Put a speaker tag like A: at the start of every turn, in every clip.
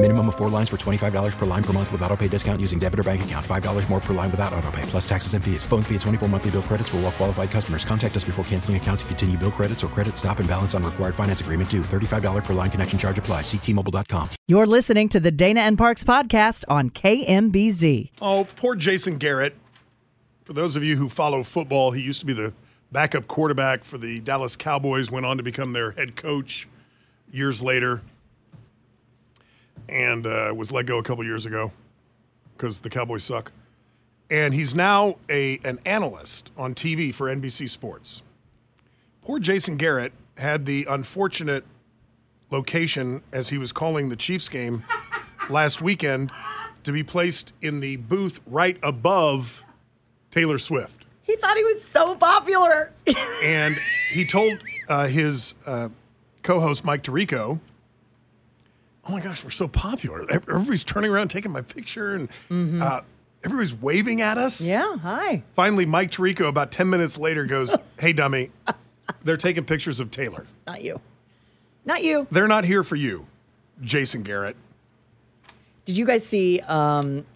A: Minimum of four lines for $25 per line per month with auto pay discount using debit or bank account. $5 more per line without auto pay, plus taxes and fees. Phone fee at 24 monthly bill credits for all well qualified customers. Contact us before canceling account to continue bill credits or credit stop and balance on required finance agreement due. $35 per line connection charge applies. Ctmobile.com.
B: You're listening to the Dana and Parks podcast on KMBZ.
C: Oh, poor Jason Garrett. For those of you who follow football, he used to be the backup quarterback for the Dallas Cowboys, went on to become their head coach years later, and uh, was let go a couple years ago because the Cowboys suck. And he's now a, an analyst on TV for NBC Sports. Poor Jason Garrett had the unfortunate location as he was calling the Chiefs game last weekend to be placed in the booth right above Taylor Swift.
D: He thought he was so popular.
C: And he told uh, his uh, co host, Mike Tirico, Oh my gosh, we're so popular. Ev- Everybody's turning around, taking my picture, and uh, everybody's waving at us.
D: Mm-hmm. yeah, hi.
C: Finally, Mike Tirico, about 10 minutes later, goes, Hey, dummy, they're taking pictures of Taylor.
D: Not you. Not you.
C: They're not here for you, Jason Garrett.
D: Did you guys see um,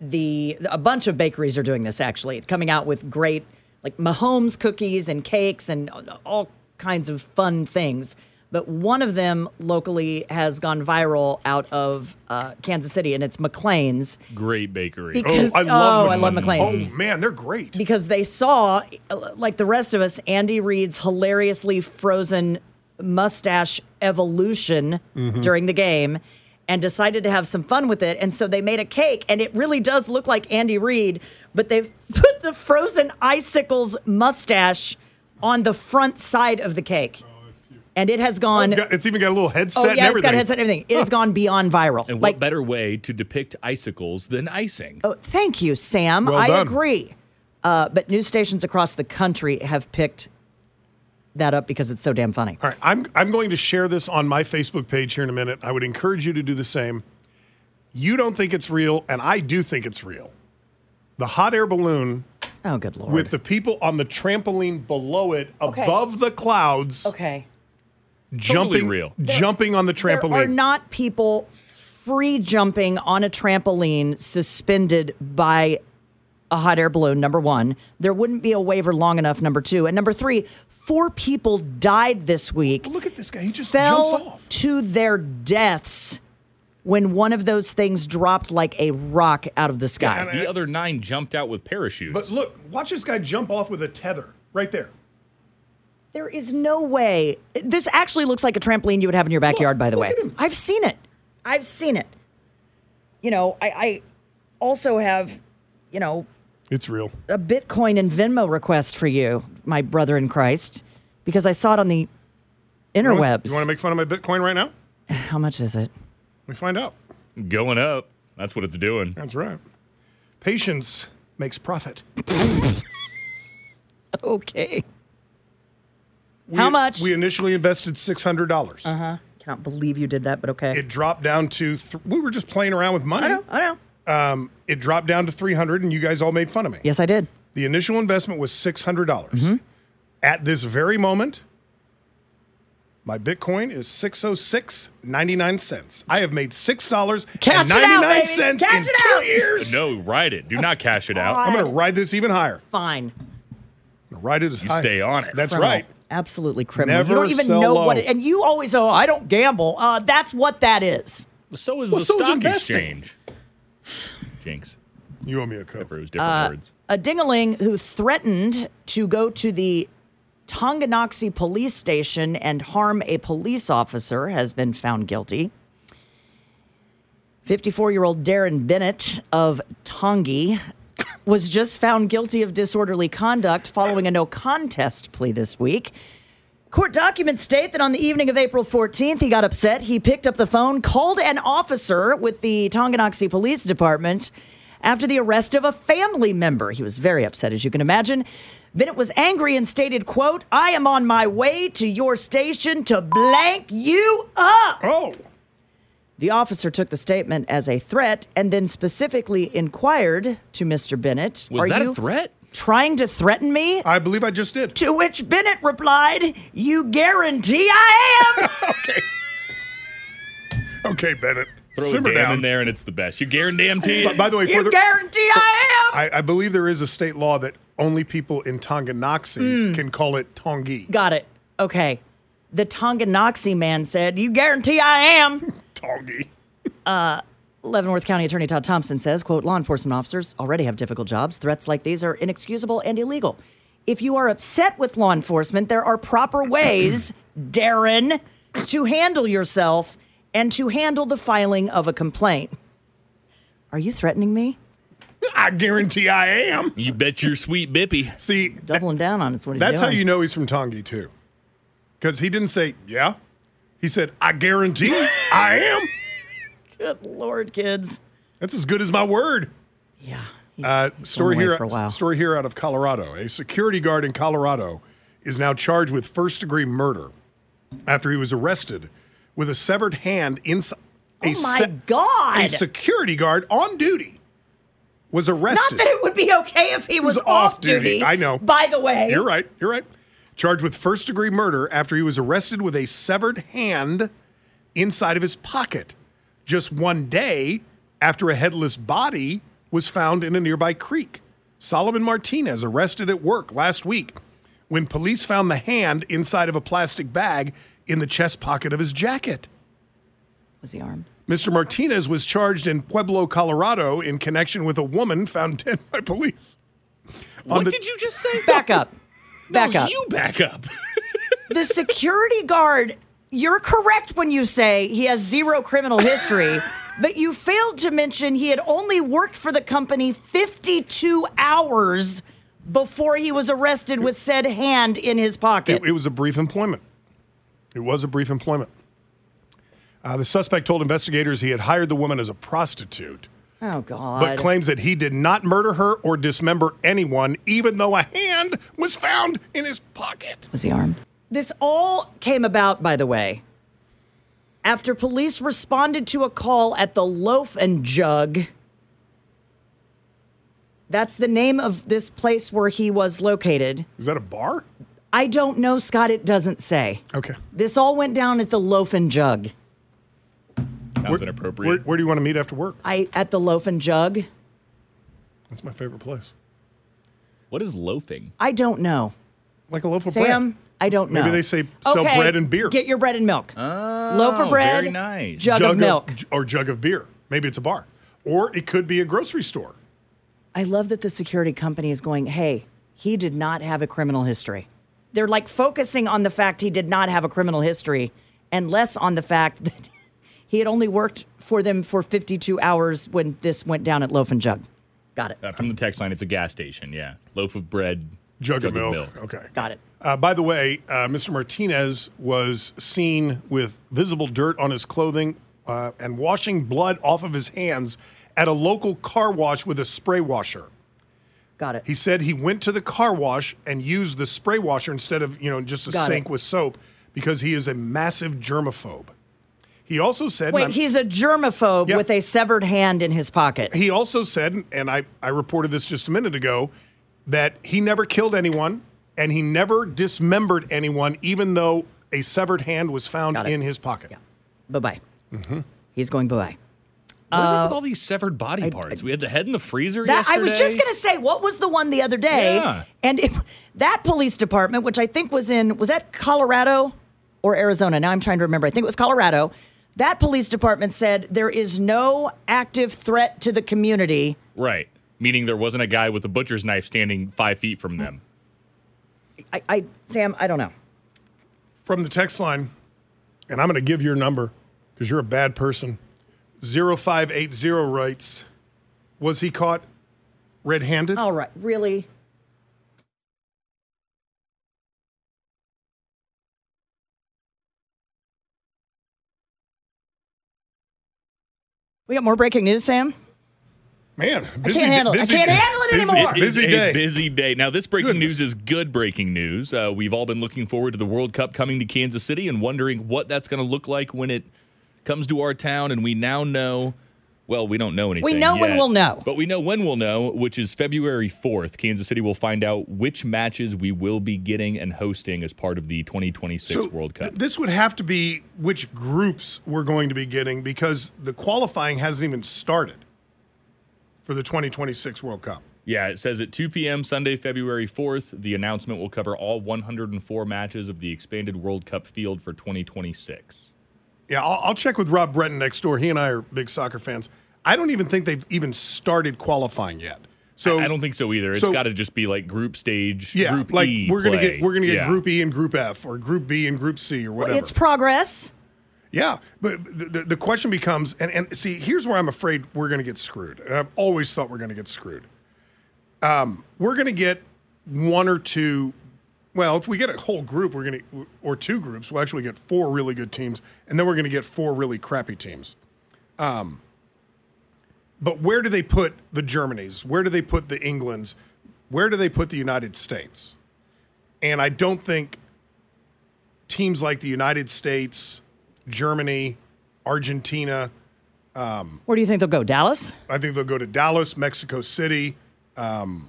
D: the a bunch of bakeries are doing this actually, coming out with great like Mahomes cookies and cakes and all kinds of fun things. But one of them locally has gone viral out of uh, Kansas City, and it's McLean's
E: Great bakery.
D: because
C: I love
D: oh, I love
C: McLean's.
D: McLean's.
C: Oh, man, they're great.
D: because they saw, uh, like the rest of us, Andy Reid's hilariously frozen mustache evolution during the game and decided to have some fun with it. And so they made a cake, and it really does look like Andy Reid, but they've put the frozen icicles mustache on the front side of the
C: Oh,
D: cake. And it has gone.
C: It's, got- it's even got a little headset
D: oh,
C: and
D: yeah,
C: everything.
D: it's got a headset and everything. It has gone beyond viral.
E: Oh, and what better way to depict icicles than icing?
D: Oh, thank you, Sam.
C: Well
D: I
C: done.
D: agree. Uh, but news stations across the country have picked that up because it's so damn funny.
C: All right, I'm I'm going to share this on my Facebook page here in a minute. I would encourage you to do the same. You don't think it's real, and I do think it's real. The hot air balloon
D: Oh, good lord.
C: with the people on the trampoline below it, above the clouds,
D: okay.
C: jumping,
E: Totally real.
C: jumping on the
D: There are
C: trampoline.
D: not people free jumping on a trampoline suspended by a hot air balloon, number one. There wouldn't be a waiver long enough, number two. And number three, four people died this week.
C: Look at this guy; he just jumps
D: fell
C: off.
D: to their deaths when one of those things dropped like a rock out of the sky.
C: and I-
E: The other nine jumped out with parachutes.
C: But look, watch this guy jump off with a tether right there.
D: There is no way. This actually looks like a trampoline you would have in your backyard, by the
C: look
D: way.
C: at him.
D: I've seen it. I've seen it. You know, I, I also have, you know,
C: It's real.
D: a Bitcoin and Venmo request for you, my brother in Christ, because I saw it on the
C: You want
D: interwebs.
C: to make fun of my Bitcoin right now?
D: How much is it?
C: We find out.
E: Going up. That's what it's doing.
C: That's right. Patience makes profit.
D: Okay.
C: We-
D: How much? Uh-huh.
C: We initially invested six hundred dollars.
D: Cannot believe you did that, but okay.
C: It dropped down to. Th- we were just playing around with
D: I
C: money.
D: know. I know.
C: Um, it dropped down to three hundred, and you guys all made fun of me.
D: Yes, I did.
C: The initial investment was six hundred dollars.
D: Mm-hmm.
C: At this very moment, my Bitcoin is six oh six ninety nine cents. I have made six dollars
D: Cash
C: and
D: it out,
C: ninety nine
D: baby.
C: cents in
D: Cash it
C: two
D: out.
C: years.
E: No, ride it. Do not cash it
C: I'm
E: out.
C: going to ride this even higher.
D: Fine.
C: I'm gonna Ride it as
E: You
C: high.
E: stay on it.
C: That's
D: criminal.
C: right.
D: Absolutely criminal. you
C: Never
D: don't even
C: sell
D: know
C: low.
D: what it and you always oh, I don't gamble. Uh, that's what that is.
E: So is
C: Well,
E: the
C: so is
E: stock
C: investing.
E: exchange. Jinx.
C: You owe me a cup.
E: For it was different
C: Uh,
E: words.
D: A dingaling who threatened to go to the Tonganoxie police station and harm a police officer has been found guilty. 54 year old Darren Bennett of Tongi was just found guilty of disorderly conduct following a no contest plea this week. Court documents state that on the evening of April 14th, he got upset. He picked up the phone, called an officer with the Tonganoxie Police Department after the arrest of a family member. He was very upset, as you can imagine. Bennett was angry and stated, quote, I am on my way to your station to blank you up.
C: Oh,
D: The officer took the statement as a threat and then specifically inquired to Mr. Bennett,
E: Was
D: Are
E: that
D: you
E: a threat?
D: trying to threaten me?
C: I believe I just did.
D: to which Bennett replied, You guarantee I am.
C: Okay, Bennett.
E: Throw
C: Simmer
E: a damn
C: down.
E: in there and it's the best. You guarantee
C: By,
E: it.
C: by the way, for
D: you
C: the,
D: guarantee I am.
C: I, I believe there is a state law that only people in Tonganoxie can call it Tongi.
D: Got it. Okay. The Tonganoxie man said, You guarantee I am.
C: Tongi.
D: Leavenworth County Attorney Todd Thompson says, quote, law enforcement officers already have difficult jobs. Threats like these are inexcusable and illegal. If you are upset with law enforcement, there are proper ways, Darren, to handle yourself and to handle the filing of a complaint. Are you threatening me?
C: I guarantee I am.
E: you bet your sweet bippy.
C: See,
D: Doubling down on it's what he's
C: that's how
D: doing.
C: you know he's from Tongi, too. Because he didn't say, yeah. He said, I guarantee I am.
D: Good Lord, kids.
C: That's as good as my word.
D: Yeah. Oh
C: Uh, story
D: away
C: here.
D: for a while.
C: Story here out of Colorado. A security guard in Colorado is now charged with first degree murder after he was arrested with a severed hand inside.
D: Oh my God.
C: A security guard on duty was arrested.
D: Not that it would be okay if he was,
C: was off
D: off,
C: duty. I know.
D: By the way,
C: You're right. You're right. Charged with first degree murder after he was arrested with a severed hand inside of his pocket just one day after a headless body was found in a nearby creek. Solomon Martinez arrested at work last week when police found the hand inside of a plastic bag in the chest pocket of his jacket.
D: was he armed?
C: Mr. Martinez was charged in Pueblo, Colorado, in connection with a woman found dead by police.
E: What
C: the-
E: did you just say?
D: Back up. Back
E: No,
D: up.
E: You back up.
D: the security guard, you're correct when you say he has zero criminal history, but you failed to mention he had only worked for the company 52 hours before he was arrested with said hand in his pocket.
C: It, it was a brief employment. It was a brief employment. Uh, the suspect told investigators he had hired the woman as a prostitute,
D: oh, God.
C: but claims that he did not murder her or dismember anyone, even though a hand was found in his pocket.
D: Was he armed? This all came about, by the way, after police responded to a call at the Loaf and Jug. That's the name of this place where he was located.
C: Is that a bar?
D: I don't know, Scott. It doesn't say.
C: Okay.
D: This all went down at the Loaf and Jug.
E: Sounds
C: Where,
E: inappropriate.
C: where do you want to meet after work?
D: I at the Loaf and Jug.
C: That's my favorite place.
E: What is loafing?
D: I don't know,
C: Like a loaf of
D: Sam.
C: bread.
D: I don't know.
C: Maybe they say sell
D: Okay,
C: bread and beer.
D: Get your bread and milk. Loaf
E: Oh,
D: of bread.
E: very nice.
D: Jug, of milk.
C: or jug of beer. Maybe it's a bar, or it could be a grocery store.
D: I love that the security company is going, hey, he did not have a criminal history. They're like focusing on the fact he did not have a criminal history and less on the fact that he had only worked for them for 52 hours when this went down at Loaf and Jug. Got it.
E: Uh, from the text line, it's a gas station. Yeah, loaf of bread,
C: Jug, of, milk. Okay.
D: Got it.
C: Uh, by the way, uh, Mr. Martinez was seen with visible dirt on his clothing uh, and washing blood off of his hands at a local car wash with a spray washer.
D: Got it.
C: He said he went to the car wash and used the spray washer instead of, you know, just a
D: Got
C: sink
D: it.
C: with soap because he is a massive germaphobe. He also said, and
D: Wait,
C: I'm-
D: he's a germaphobe
C: Yeah.
D: with a severed hand in his pocket.
C: he also said, and I, I reported this just a minute ago, that he never killed anyone and he never dismembered anyone, even though a severed hand was found
D: Got it.
C: in his pocket.
D: bye bye.
C: Mm-hmm.
D: He's going bye bye.
E: What's up with all these severed body parts? we had the head in the freezer
D: Uh, That
E: yesterday.
D: I was just gonna say, what was the one the other day?
E: Yeah.
D: And it, that police department, which I think was in, was that Colorado or Arizona? Now I'm trying to remember. I think it was Colorado. That police department said there is no active threat to the community.
E: Right, meaning there wasn't a guy with a butcher's knife standing five feet from them.
D: I, I Sam, I don't know.
C: From the text line, and I'm going to give your number because you're a bad person 0580 writes, was he caught red-handed?
D: All right, really? We got more breaking news, Sam.
C: Man,
D: I
C: busy
D: can't
C: day-
D: handle it. I
C: busy
D: can't
C: day.
D: handle it
C: Busy-
D: anymore.
E: It is
C: Busy
E: a
C: day.
E: busy day. Now, this breaking news is good breaking news. Uh, we've all been looking forward to the World Cup coming to Kansas City and wondering what that's going to look like when it comes to our town. And we now know. Well, we don't know anything.
D: know when
E: yet,
D: we'll know.
E: But we know when we'll know, which is February 4th. Kansas City will find out which matches we will be getting and hosting as part of the 2026 World Cup.
C: th- this would have to be which groups we're going to be getting because the qualifying hasn't even started for the 2026 World Cup.
E: Yeah, it says at 2 p.m. Sunday, February 4th, the announcement will cover all 104 matches of the expanded World Cup field for 2026.
C: Yeah, I'll, I'll check with Rob Breton next door. He and I are big soccer fans. I don't even think they've even started qualifying yet. So
E: I don't think so either. It's
C: so-
E: got to just be like group stage,
C: Yeah,
E: group
C: like
E: E
C: we're gonna
E: play.
C: get we're gonna get
E: Yeah.
C: Group E and Group F or Group B and Group C or whatever.
D: It's progress.
C: Yeah, but the, the, the question becomes, and, and see, here's where I'm afraid we're going to get screwed. And I've always thought we're going to get screwed. Um, we're going to get one or two. Well, if we get a whole group, we're going to, or two groups, we'll actually get four really good teams, and then we're going to get four really crappy teams. Um, but where do they put the Germanys? Where do they put the Englands? Where do they put the United States? And I don't think teams like the United States, Germany, Argentina. um,
D: Where do you think they'll go? Dallas?
C: I think they'll go to Dallas, Mexico City, um,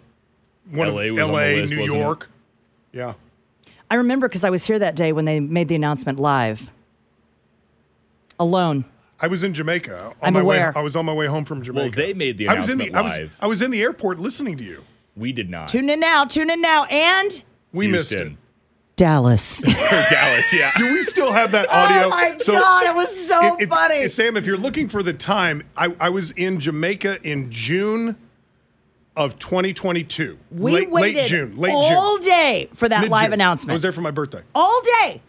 C: one
E: LA
C: of,
E: was on the
C: LA,
E: list,
C: New
E: wasn't it?
C: York. Yeah.
D: I remember because I was here that day when they made the announcement live. Alone.
C: I was in Jamaica. On
D: I'm
C: my
D: aware.
C: Way, I was on my way home from Jamaica.
E: they made the
C: I was in
E: announcement
C: I was-
E: live.
C: I was in the airport listening to you.
E: We did not.
D: Tune in now. Tune in now. And
C: We missed
E: Houston.
D: Dallas.
E: Or Dallas, yeah.
C: it. Do we still have that audio?
D: Oh my God, it was so
C: if- if-
D: funny.
C: if- Sam, if you're looking for the time, I, I was in Jamaica in June of 2022.
D: we
C: late,
D: waited
C: late June. Late
D: all
C: June.
D: day for that
C: Mid-June.
D: live
C: I was
D: announcement.
C: there for my birthday.
D: all day.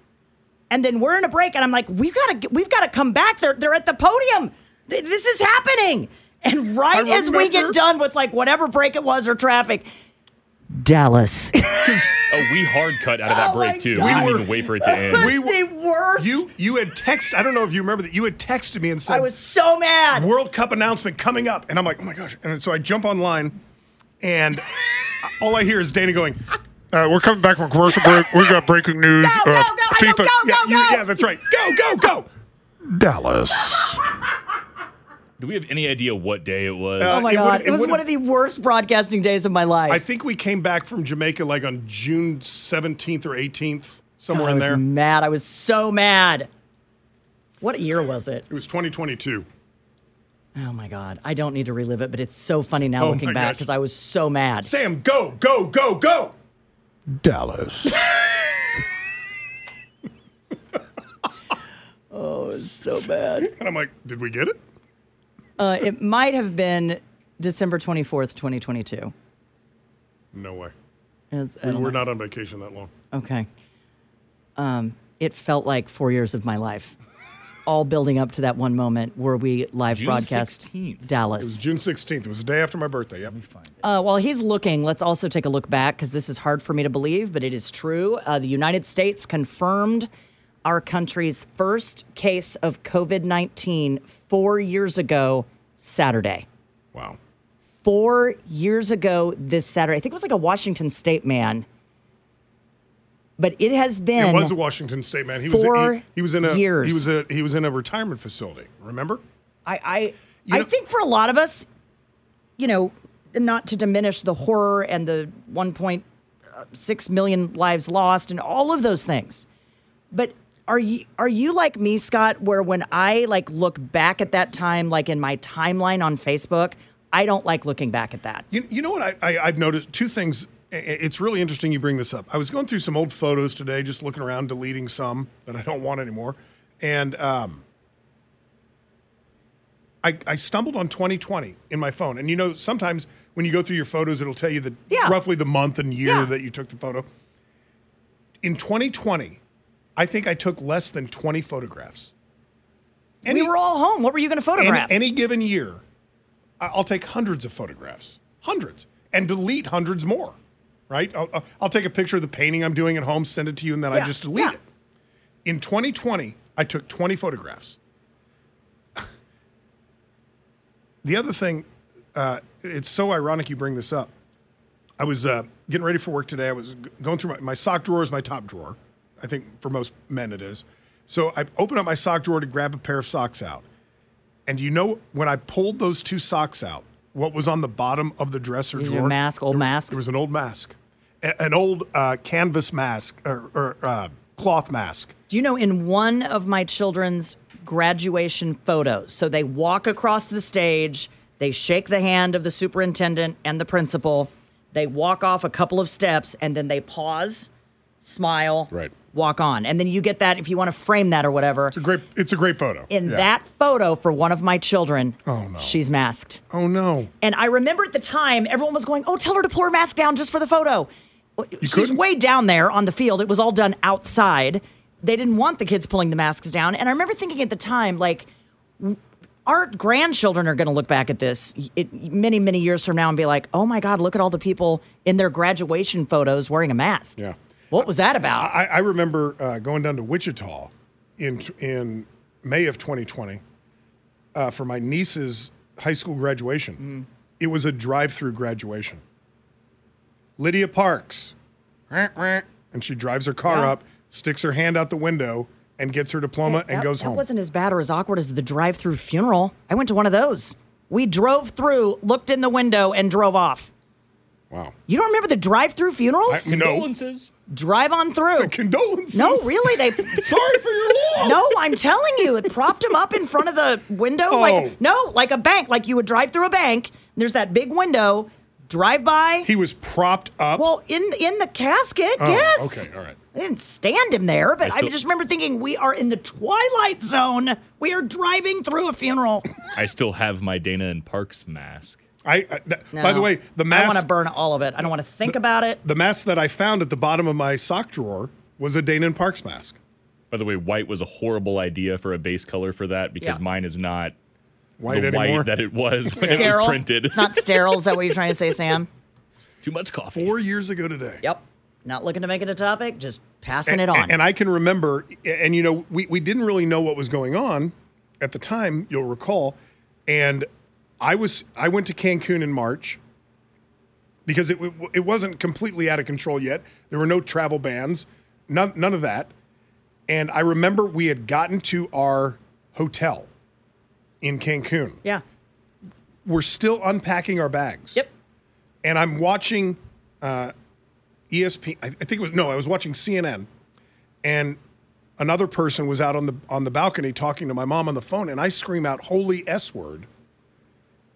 D: And then we're in a break, and I'm like, we've got to, we've got to come back. They're, they're at the podium. Th- This is happening. And right
C: I
D: as we
C: remember-
D: get done with like whatever break it was or traffic, Dallas.
E: Oh, we hard cut out of that
D: Oh my
E: break too. We
D: God.
E: didn't
C: We
E: even
C: were-
E: wait for it to end.
C: We
D: the worst.
C: You you had text. I don't know if you remember that. You had texted me and said
D: I was so mad.
C: World Cup announcement coming up, and I'm like, oh my gosh! And so I jump online, and all I hear is Dana going. Uh, we're coming back from commercial break. We got breaking news.
D: Go, go, go. I know. Go,
C: yeah,
D: go, go.
C: yeah, that's right. Go, go, go. Dallas.
E: Do we have any idea what day it was?
C: Uh,
D: Oh my
C: it
D: god!
C: would've-
D: It,
C: it
D: was
C: would've-
D: one of the worst broadcasting days of my life.
C: I think we came back from Jamaica like on June 17th or 18th, somewhere
D: I
C: in
D: was
C: there.
D: mad. I was so mad. What year was it?
C: It was 2022.
D: Oh my god! I don't need to relive it, but it's so funny now
C: Oh
D: looking
C: my
D: back
C: gosh.
D: because I was so mad.
C: Sam, go, go, go, go. Dallas.
D: So bad.
C: and I'm like, did we get it?
D: Uh, it might have been December twenty fourth, twenty twenty two.
C: No way.
D: We're
C: We're not on vacation that long.
D: uh, Okay. Um, it felt like four years of my life, all building up to that one moment where we live
E: June
D: broadcast
E: 16th.
D: Dallas.
C: June 16th. It was the day after my birthday. Yep.
D: Uh, while he's looking, let's also take a look back because this is hard for me to believe, but it is true. Uh, the United States confirmed our country's first case of COVID 19 four years ago, Saturday.
C: Wow.
D: Four years ago, this Saturday. I think it was like a Washington State man, but it has been.
C: It was a Washington State man. He was
D: Four
C: he, he was in a
D: years.
C: he was a he was in a retirement facility. Remember?
D: I I,
C: You
D: I
C: know-
D: think for a lot of us, you know, not to diminish the horror and the 1.6 million lives lost and all of those things, but are you are you like me, Scott? Where when I like look back at that time, like in my timeline on Facebook, I don't like looking back at that.
C: You, you know what I, I I've noticed two things. I- I- It's really interesting you bring this up. I was going through some old photos today, just looking around, deleting some that I don't want anymore, and um, I I stumbled on 2020 in my phone. And you know, sometimes when you go through your photos, it'll tell you the
D: Yeah.
C: roughly the month and year
D: Yeah.
C: that you took the photo. In 2020, I think I took less than 20 photographs. Any-
D: we were all home. What were you going to
C: In
D: photograph?
C: any given year, I- I'll take hundreds of photographs, hundreds, and delete hundreds more, right? I'll, I'll- I'll take a picture of the painting I'm doing at home, send it to you, and then I
D: Yeah,
C: just delete
D: yeah.
C: it. In 2020, I took 20 photographs. the other thing, uh, it's so ironic you bring this up. I was uh, getting ready for work today. I was g- going through my, my sock drawer is my top drawer. I think for most men it is. So I opened up my sock drawer to grab a pair of socks out. And you know when I pulled those two socks out, what was on the bottom of the dresser
D: Is
C: drawer?
D: your mask, old
C: There-
D: mask?
C: There was an old mask, A- an old uh, canvas mask or, or uh, cloth mask.
D: Do you know in one of my children's graduation photos? So they walk across the stage, they shake the hand of the superintendent and the principal, they walk off a couple of steps, and then they pause, smile,
C: Right.
D: walk on. And then you get that if you want to frame that or whatever.
C: It's a great. It's a great photo.
D: In
C: Yeah.
D: that photo for one of my children, oh, no. she's masked.
C: Oh no.
D: And I remember at the time, everyone was going, "Oh, tell her to pull her mask down just for the photo." Well, She's
C: couldn't?
D: way down there on the field. It was all done outside. They didn't want the kids pulling the masks down. And I remember thinking at the time, like, w- our grandchildren are going to look back at this y- it, many, many years from now and be like, "Oh my God, look at all the people in their graduation photos wearing a mask."
C: Yeah.
D: What was that about?
C: I, I remember uh, going down to Wichita in in May of 2020 uh, for my niece's high school
D: Mm-hmm.
C: graduation. It was a drive-through graduation. Lydia Parks, Rah, rah. and she drives her car
D: Yeah.
C: up, sticks her hand out the window, and gets her diploma and
D: that,
C: goes
D: that
C: home.
D: wasn't as bad or as awkward as the drive-through funeral. I went to one of those. We drove through, looked in the window, and drove off.
C: wow.
D: You don't remember the drive-through funerals?
C: I, no
E: Condolences.
D: Drive on through.
C: condolences.
D: No, really, they.
C: Sorry for your loss.
D: No, I'm telling you, it propped him up in front of the window,
C: Oh.
D: like no, like a bank, like you would drive through a bank. and there's that big window. Drive by.
C: He was propped up.
D: well, in in the casket,
C: Oh,
D: yes.
C: okay, all right.
D: I didn't stand him there, but I,
E: still-
D: just remember thinking, we are in the twilight zone. We are driving through a funeral.
E: I still have my Dana and Parks mask.
C: I, I th- by the way, the
D: I want
C: mask
D: to burn all of it. I don't want to think about it.
C: the mask that I found at the bottom of my sock drawer was a Dana and Parks mask.
E: By the way, white was a horrible idea for a base color for that because
D: Yeah.
E: mine is not
C: White
E: the
C: anymore.
E: white that it was when it
D: sterile.
E: was printed.
D: It's not sterile. Is that what you're trying to say, Sam?
E: Too much coffee.
C: Four years ago today.
D: Yep. Not looking to make it a topic. Just passing
C: And,
D: it on.
C: and I can remember, and you know, we, we didn't really know what was going on at the time. You'll recall, and I was I went to Cancun in March because it w- it wasn't completely out of control yet. There were no travel bans, none none of that. And I remember we had gotten to our hotel in Cancun.
D: yeah.
C: We're still unpacking our bags.
D: Yep.
C: and I'm watching uh, ESP. I, I think it was no, I was watching CNN, and another person was out on the on the balcony talking to my mom on the phone, and I scream out "Holy S word,"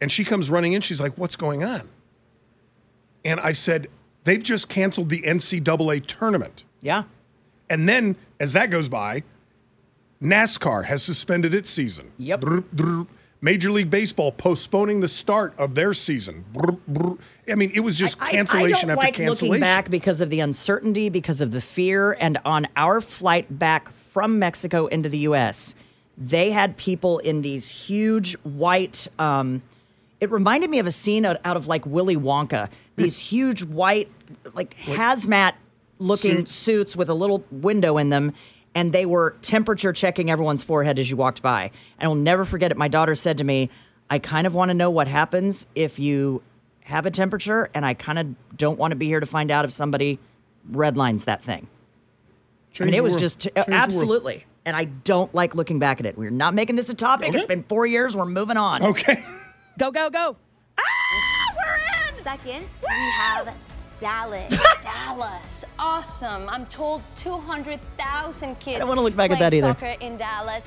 C: and she comes running in. She's like, "What's going on?" And I said, "They've just canceled the NCAA tournament."
D: Yeah.
C: And then, as that goes by, NASCAR has suspended its season.
D: Yep.
C: Brr, brr. Major League Baseball postponing the start of their season. Brr, brr. I mean, it was just
D: I-
C: cancellation
D: I, don't
C: after
D: like
C: cancellation.
D: Looking back because of the uncertainty, because of the fear, and on our flight back from Mexico into the U.S., they had people in these huge white. Um, it reminded me of a scene out, out of like Willy Wonka. These huge white, like hazmat looking suits. with a little window in them. And they were temperature checking everyone's forehead as you walked by. And I'll never forget it. My daughter said to me, I kind of want to know what happens if you have a temperature, and I kind of don't want to be here to find out if somebody redlines that thing. I mean,
C: Change
D: it
C: the
D: was
C: world.
D: just uh,
C: Change the world.
D: absolutely. And I don't like looking back at it. We're not making this a topic. It's
C: Okay.
D: been four years. We're moving on.
C: Okay.
D: Go, go, go. Ah, we're in.
F: Second, we have Dallas. Dallas, awesome. I'm told 200,000 kids
D: don't wanna look back at
F: play
D: that either.
F: soccer in Dallas.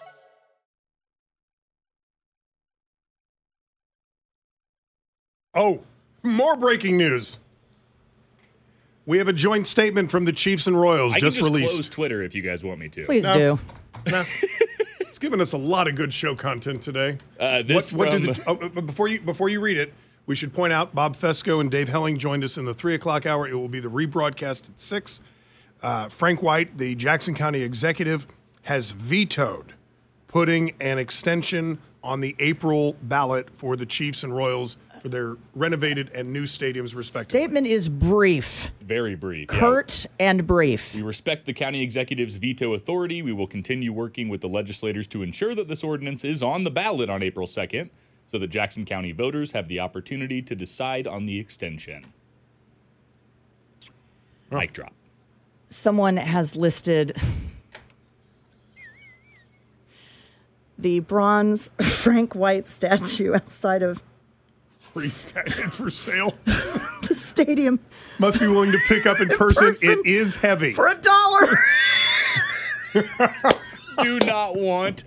C: Oh, more breaking news. We have a joint statement from the Chiefs and Royals
E: I
C: just,
E: can just
C: released.
E: close Twitter if you guys want me to.
C: No. No. it's given us a lot of good show content today.
E: Uh, this
C: what, what do
E: from-
C: the, oh, but- but before you before you read it, we should point out Bob Fesco and Dave Helling joined us in the three o'clock hour. It will be the rebroadcast at six. Uh, Frank White, the Jackson County executive, has vetoed putting an extension on the April ballot for the Chiefs and Royals for their renovated and new stadiums, respectively.
D: Statement is brief,
E: Very brief. yeah.
D: curt, and brief.
E: We respect the county executive's veto authority. We will continue working with the legislators to ensure that this ordinance is on the ballot on April 2nd so that Jackson County voters have the opportunity to decide on the extension. Mic drop.
D: Someone has listed the bronze Frank White statue outside of
C: Free stat- it's for sale.
D: the stadium
C: Must be willing to pick up in person. It is heavy.
D: for a dollar.
E: Do not want.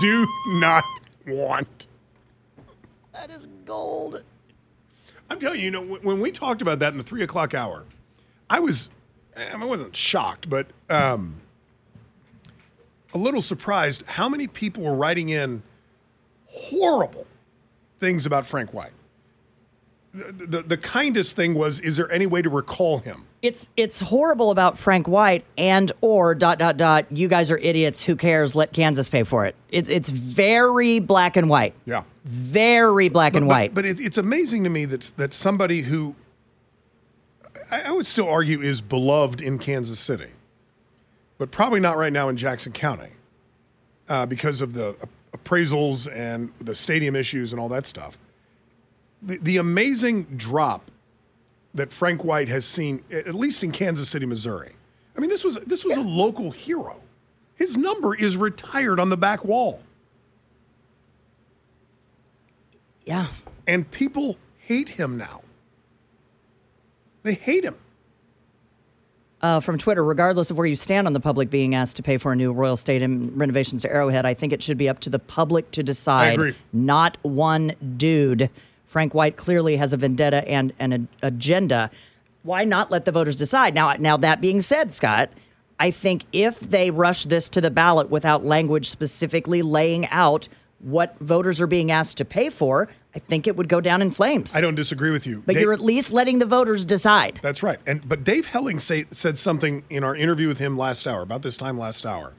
C: Do not want.
D: That is gold.
C: I'm telling you, you know, wh- when we talked about that in the three o'clock hour, I was, I mean, I wasn't shocked, but um, a little surprised how many people were writing in horrible things about Frank White. The, the, the kindest thing was, is there any way to recall him?
D: It's it's horrible about Frank White and or dot dot dot. You guys are idiots. Who cares? Let Kansas pay for it. It's it's very black and white.
C: Yeah.
D: Very black and
C: But-
D: white.
C: But, but it, it's amazing to me that that somebody who I, I would still argue is beloved in Kansas City, but probably not right now in Jackson County uh, because of the appraisals and the stadium issues and all that stuff. The, the amazing drop that Frank White has seen, a- at least in Kansas City, Missouri. I mean, this was this was a local hero. His number is retired on the back wall.
D: yeah.
C: and people hate him now. They hate him.
D: uh, from Twitter, regardless of where you stand on the public being asked to pay for a new Royal Stadium renovations to Arrowhead, I think it should be up to the public to decide.
C: agree.
D: Not one dude. Frank White clearly has a vendetta and an a- agenda. Why not let the voters decide? Now, now that being said, Scott, I think if they rush this to the ballot without language specifically laying out what voters are being asked to pay for, I think it would go down in flames.
C: I don't disagree with you.
D: But
C: Dave-
D: you're at least letting the voters decide.
C: That's right. And but Dave Helling say, said something in our interview with him last hour, about this time last hour.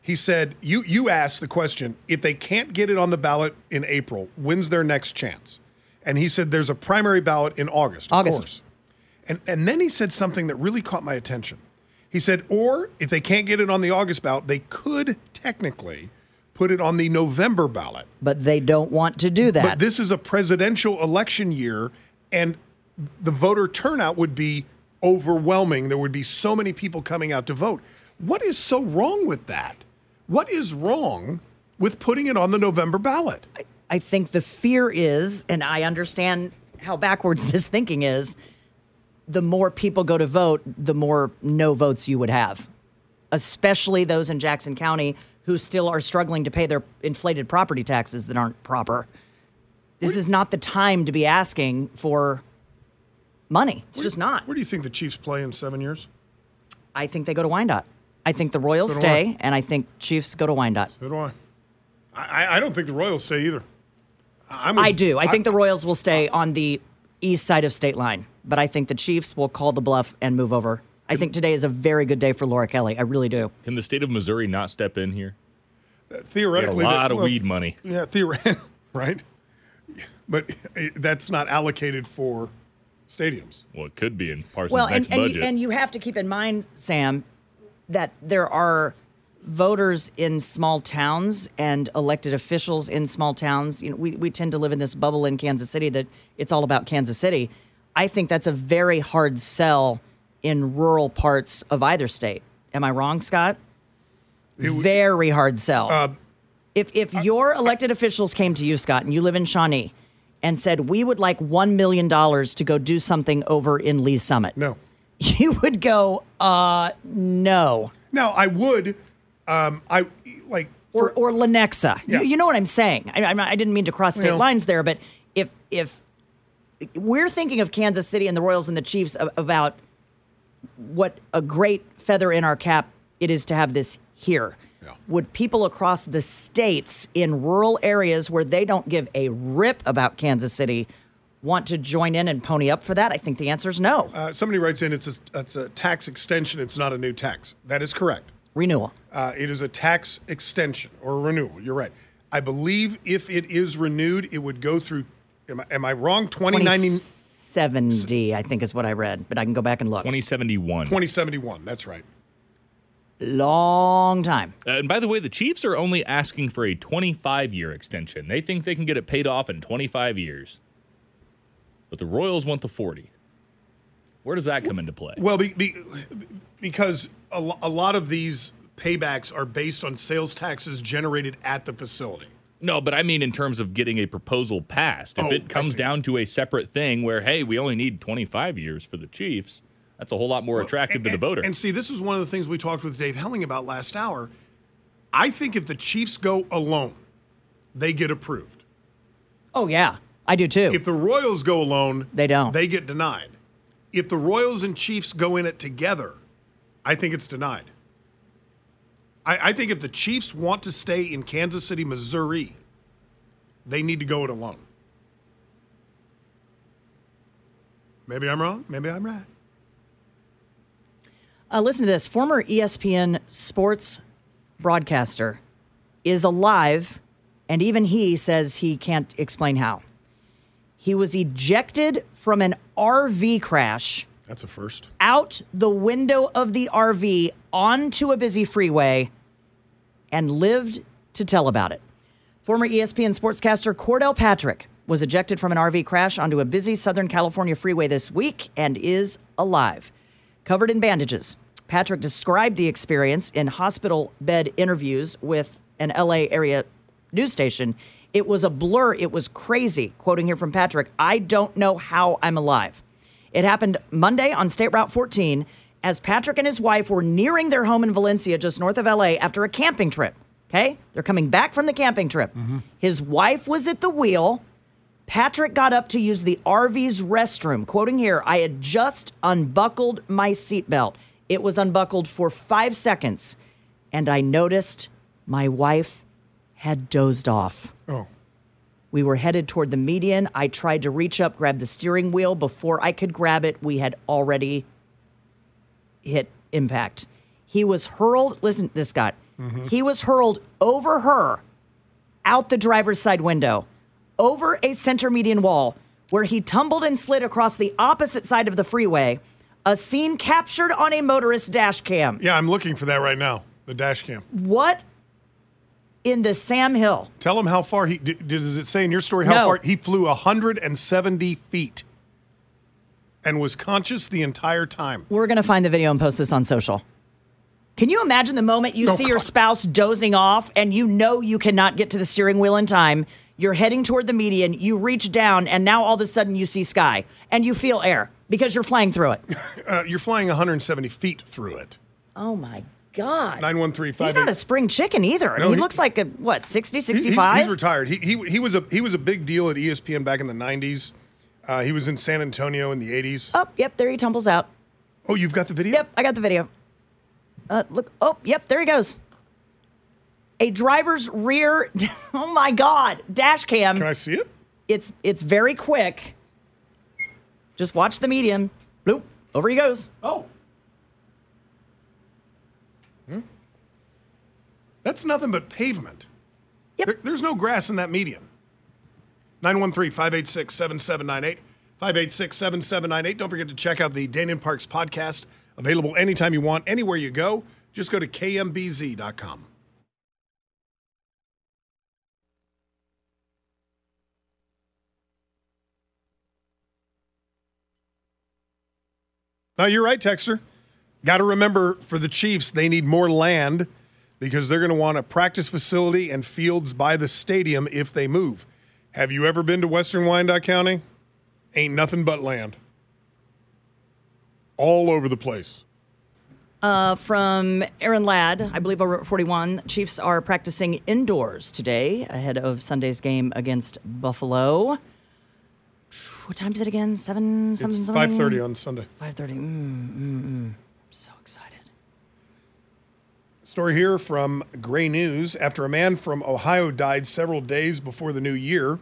C: He said, "You you asked the question if they can't get it on the ballot in April, when's their next chance?" And he said, "There's a primary ballot in August." Of
D: August.
C: Course. And and then he said something that really caught my attention. He said, "Or if they can't get it on the August ballot, they could technically put it on the November ballot."
D: But they don't want to do that.
C: But this is a presidential election year, and the voter turnout would be overwhelming. There would be so many people coming out to vote. What is so wrong with that? What is wrong with putting it on the November ballot?
D: I think the fear is, and I understand how backwards this thinking is, the more people go to vote, the more no votes you would have, especially those in Jackson County who still are struggling to pay their inflated property taxes that aren't proper. This is not the time to be asking for money. It's just not.
C: Where do you think the Chiefs play in seven years?
D: I think they go to Wyandotte. I think the Royals
C: So do I.
D: stay, and I think Chiefs go to Wyandotte.
C: So do I. I, I- I don't think the Royals stay either. I'm with-
D: I do. I think the Royals will stay on the east side of state line, but I think the Chiefs will call the bluff and move over. I think today is a very good day for Laura Kelly. I really do.
E: Can the state of Missouri not step in here?
C: theoretically
E: They got a lot
C: that-
E: of
C: well,
E: weed money.
C: Yeah, theoretically, right? But it, that's not allocated for stadiums.
E: Well, it could be in Parsons'
D: well, and
E: next
D: and
E: budget.
D: you, and you have to keep in mind, Sam, that there are voters in small towns and elected officials in small towns. You know, we we tend to live in this bubble in Kansas City that it's all about Kansas City. I think that's a very hard sell in rural parts of either state. Am I wrong, Scott? very hard sell.
E: Um,
D: if if your elected officials came to you, Scott, and you live in Shawnee, and said we would like one million dollars to go do something over in Lee's Summit,
C: no,
D: you would go, uh, no,
C: Now I would, um, I like
D: or or Lenexa.
C: Yeah.
D: You, you know what I'm saying? I, I'm not, I didn't mean to cross state
C: Well-
D: lines there, but if if we're thinking of Kansas City and the Royals and the Chiefs a- about what a great feather in our cap it is to have this here. Would people across the states in rural areas where they don't give a rip about Kansas City want to join in and pony up for that? I think the answer is no.
C: Uh, somebody writes in it's a, it's a tax extension. It's not a new tax. That is correct.
D: Renewal.
C: Uh, it is a tax extension or renewal. You're right. I believe if it is renewed, it would go through. Am I, am I wrong? 2090,
D: 2070, I think is what I read, but I can go back and look.
E: 2071.
C: 2071. That's right.
D: Long time.
E: Uh, and by the way, the Chiefs are only asking for a 25 year extension. They think they can get it paid off in 25 years. But the Royals want the 40. Where does that come into play?
C: Well, be, be, because a, lo- a lot of these paybacks are based on sales taxes generated at the facility.
E: No, but I mean in terms of getting a proposal passed. If
C: Oh, I
E: it comes
C: see.
E: down to a separate thing where, hey, we only need 25 years for the Chiefs, that's a whole lot more attractive to the voter.
C: And see, this is one of the things we talked with Dave Helling about last hour. I think if the Chiefs go alone, they get approved.
D: Oh, yeah. I do too.
C: If the Royals go alone,
D: They don't.
C: They get denied. If the Royals and Chiefs go in it together, I think it's denied. I, I think if the Chiefs want to stay in Kansas City, Missouri, they need to go it alone. Maybe I'm wrong. Maybe I'm right.
D: Uh, listen to this. Former ESPN sports broadcaster is alive, and even he says he can't explain how. He was ejected from an RV crash
C: That's a first.
D: out the window of the RV onto a busy freeway and lived to tell about it. Former E ESPN sportscaster Cordell Patrick was ejected from an RV crash onto a busy Southern California freeway this week and is alive. Covered in bandages, Patrick described the experience in hospital bed interviews with an LA area news station. It was a blur. It was crazy. Quoting here from Patrick I don't know how I'm alive. It happened Monday on State Route 14 as Patrick and his wife were nearing their home in Valencia, just north of LA, after a camping trip. Okay? They're coming back from the camping trip. His wife was at the wheel. Patrick got up to use the RV's restroom. Quoting here, I had just unbuckled my seatbelt. It was unbuckled for five seconds, and I noticed my wife had dozed off.
C: Oh.
D: We were headed toward the median. I tried to reach up, grab the steering wheel. Before I could grab it, we had already hit impact. He was hurled, listen to this, Scott.
G: Mhm.
D: He was hurled over her, out the driver's side window, over a center median wall, where he tumbled and slid across the opposite side of the freeway, a scene captured on a motorist dash cam.
C: Yeah, I'm looking for that right now. The dash cam.
D: What in the Sam Hill?
C: Tell him how far he did. Does it say in your story how
D: No.
C: far he flew? 170 feet, and was conscious the entire time.
D: We're going to find the video and post this on social. Can you imagine the moment you
C: Oh,
D: see your spouse dozing off and you know you cannot get to the steering wheel in time? You're heading toward the median, you reach down, and now all of a sudden you see sky and you feel air because you're flying through it.
C: Uh, you're flying 170 feet through it.
D: Oh my God.
C: Nine one three five.
D: He's not a spring chicken either.
C: No,
D: he,
C: he-
D: looks like a, what, 60,
C: He- he's-
D: 65?
C: He's, retired. He, he he was a he was a big deal at E ESPN back in the '90s. Uh, he was in San Antonio in the '80s.
D: Oh, yep, there he tumbles out.
C: Oh, you've got the video.
D: Yep, I got the video. Uh, look, oh, yep, there he goes. A driver's rear, oh my God, dash cam. Can I
C: see it?
D: It's it's very quick. Just watch the medium. Bloop, over he goes.
C: Oh. That's nothing but pavement. There- there's no grass in that median. 913 586 7798. 586 7798. Don't forget to check out the Danon Parks podcast, available anytime you want, anywhere you go. Just go to kmbz.com. Now, you're right, Texter. Got to remember for the Chiefs, they need more land because they're going to want a practice facility and fields by the stadium if they move. Have you ever been to Western Wyandotte County? Ain't nothing but land. All over the place.
D: Uh, from Aaron Ladd, I believe over at 41. Chiefs are practicing indoors today ahead of Sunday's game against Buffalo. What time is it again? Seven something
C: It's
D: something.
C: 5:30 on Sunday.
D: 5:30. Mm, mm, mm. So excited.
C: Story here from Gray News. After a man from Ohio died several days before the new year,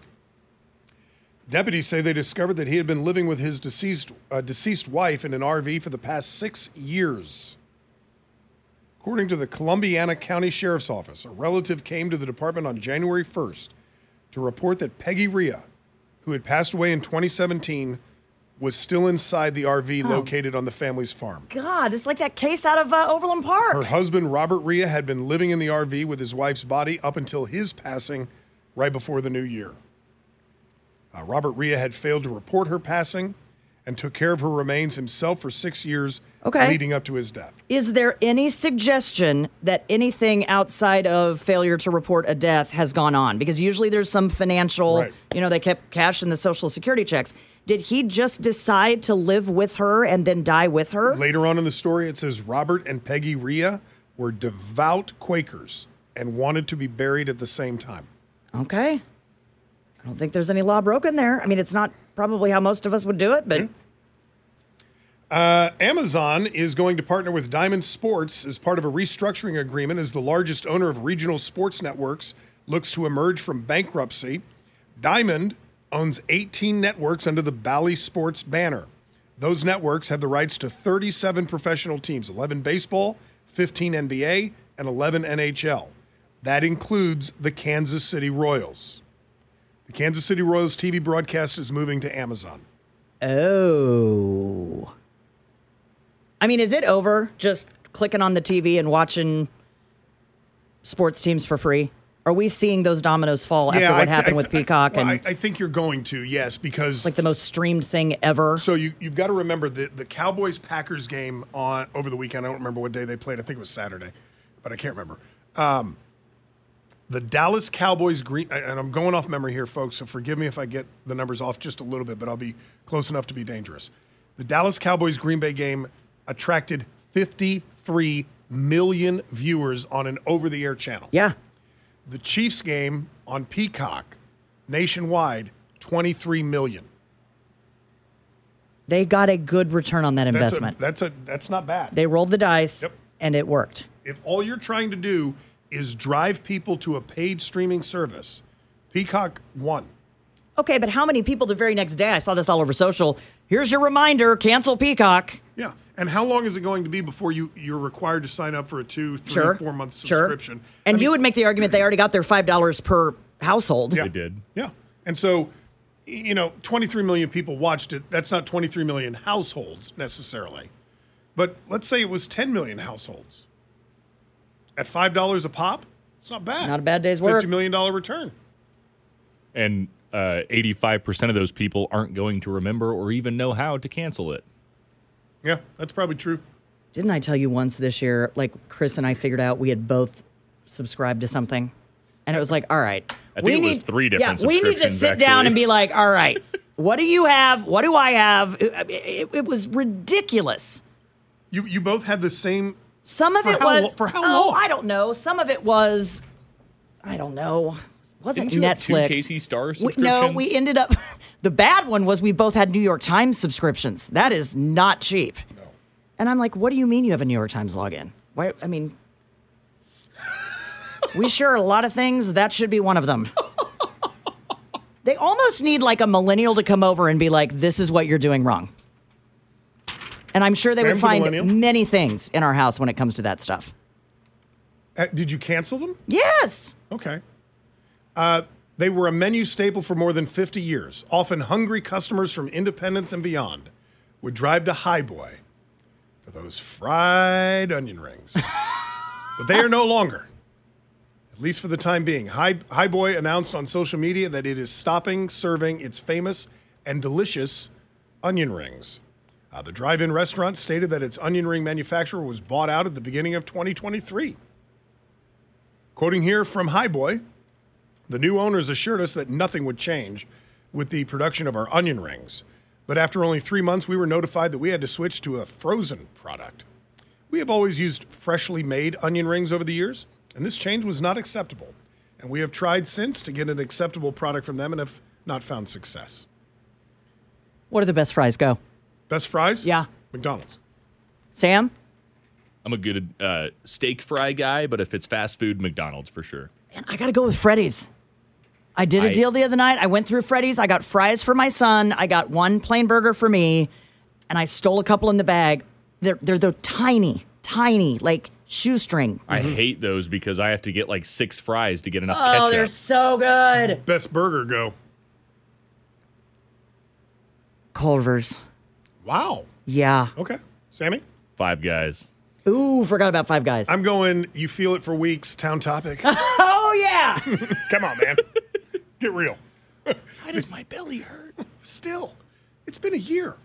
C: deputies say they discovered that he had been living with his deceased, uh, deceased wife in an RV for the past six years. According to the Columbiana County Sheriff's Office, a relative came to the department on January 1st to report that Peggy Rhea, who had passed away in 2017, was still inside the RV
D: Oh.
C: located on the family's farm.
D: God, it's like that case out of uh, Overland Park.
C: Her husband, Robert Rhea, had been living in the RV with his wife's body up until his passing right before the new year. Uh, Robert Rhea had failed to report her passing and took care of her remains himself for six years
D: Okay.
C: leading up to his death.
D: Is there any suggestion that anything outside of failure to report a death has gone on? Because usually there's some financial,
C: Right.
D: you know, they kept cash in the social security checks. Did he just decide to live with her and then die with her?
C: Later on in the story, it says Robert and Peggy Rhea were devout Quakers and wanted to be buried at the same time.
D: Okay. I don't think there's any law broken there. I mean, it's not probably how most of us would do it, but
C: Uh, Amazon is going to partner with Diamond Sports as part of a restructuring agreement as the largest owner of regional sports networks looks to emerge from bankruptcy. Diamond owns 18 networks under the Bally Sports banner. Those networks have the rights to 37 professional teams 11 baseball, 15 NBA, and 11 NHL. That includes the Kansas City Royals. The Kansas City Royals TV broadcast is moving to Amazon.
D: Oh. I mean, is it over just clicking on the TV and watching sports teams for free? Are we seeing those dominoes fall after what
C: I thi-
D: happened
C: I
D: with
C: thi-
D: Peacock
C: well,
D: and
C: I, I think you're going to, yes, because
D: like the most streamed thing ever?
C: So you you've got to remember the the Cowboys Packers game on over the weekend. I don't remember what day they played. I think it was Saturday, but I can't remember. Um, the Dallas Cowboys green and I'm going off memory here, folks. So forgive me if I get the numbers off just a little bit, but I'll be close enough to be dangerous. The Dallas Cowboys Green Bay game attracted 53 million viewers on an over the air channel.
D: Yeah.
C: The Chiefs game on Peacock nationwide 23 million.
D: They got a good return on that
C: That's a-
D: investment.
C: That's a that's, not bad.
D: they rolled the dice and it worked.
C: If all you're trying to do is drive people to a paid streaming service, Peacock won.
D: Okay, but how many people the very next day? I saw this all over social. Here's your reminder: cancel Peacock.
C: Yeah. And how long is it going to be before you, you're required to sign up for a two, three,
D: Sure.
C: four month
D: Sure.
C: subscription?
D: And you would make the argument they already got their five dollars per household.
C: They
E: did.
C: Yeah. And so, y- you know, 23 million people watched it. That's not 23 million households necessarily. But let's say it was 10 million households. At $5 a pop, it's not bad.
D: Not a bad day's work.
C: $50 million return.
E: And uh, 85% of those people aren't going to remember or even know how to cancel it.
C: Yeah, that's probably true.
D: Didn't I tell you once this year? Like Chris and I figured out we had both subscribed to something, and it was like, all right,
E: I
D: we
E: think it
D: need
E: was three different
D: Yeah, we need to
E: subscriptions,
D: sit down
E: actually.
D: and be like, all right, what do you have? What do I have? It, it- it was ridiculous.
C: You you both had the same.
D: Some of
C: For
D: it
C: how
D: was
C: lo- for how
D: oh,
C: long?
D: I don't know. Some of it was, I don't know. Wasn't
E: Didn't you have two
D: Netflix?
E: Casey Star
D: We- no,
E: subscriptions?
D: we ended up. The bad one was we both had New York Times subscriptions. That is not cheap. No. And I'm like, what do you mean you have a New York Times login? Why? I mean, we share a lot of things. That should be one of them. They almost need like a millennial to come over and be like, this is what you're doing wrong. And I'm sure they
C: Sam's
D: would
C: a millennial?
D: find many things in our house when it comes to that stuff.
C: Uh, did you cancel them?
D: Yes.
C: Okay. Uh, they were a menu staple for more than 50 years. Often hungry customers from Independence and beyond would drive to Highboy for those fried onion rings. but they are no longer, at least for the time being. High, Highboy announced on social media that it is stopping serving its famous and delicious onion rings. Uh, the drive in restaurant stated that its onion ring manufacturer was bought out at the beginning of 2023. Quoting here from Highboy, the new owners assured us that nothing would change with the production of our onion rings. But after only three months, we were notified that we had to switch to a frozen product. We have always used freshly made onion rings over the years, and this change was not acceptable. And we have tried since to get an acceptable product from them and have not found success.
D: What are the best fries go?
C: Best fries?
D: Yeah.
C: McDonald's.
D: Sam?
E: I'm a good uh, steak fry guy, but if it's fast food, McDonald's for sure.
D: Man, I got to go with Freddy's. I did a
E: I-
D: deal the other night. I went through Freddy's. I got fries for my son. I got one plain burger for me, and I stole a couple in the bag. They're they're, they're tiny, tiny, like shoestring.
E: I hate those because I have to get like six fries to get enough
D: Mm-hmm. Oh,
E: ketchup.
D: they're so good.
C: Best burger go.
D: Culver's.
C: Wow.
D: Yeah.
C: Okay. Sammy?
E: Five guys.
D: Ooh, forgot about Five Guys.
C: I'm going, you feel it for weeks, town topic.
D: oh yeah.
C: Come on, man. Get real.
E: Why does my belly hurt?
C: Still, it's been a year.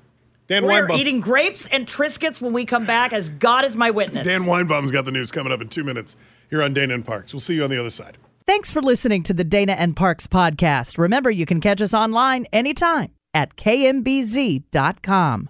C: Dan
D: We're
C: Weinbaum.
D: eating grapes and Triscuits when we come back, as God is my witness.
C: Dan Weinbaum's got the news coming up in two minutes here on Dana and Parks. We'll see you on the other side.
B: Thanks for listening to the Dana and Parks podcast. Remember, you can catch us online anytime at kmbz.com.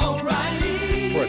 G: O'Reilly.
H: For a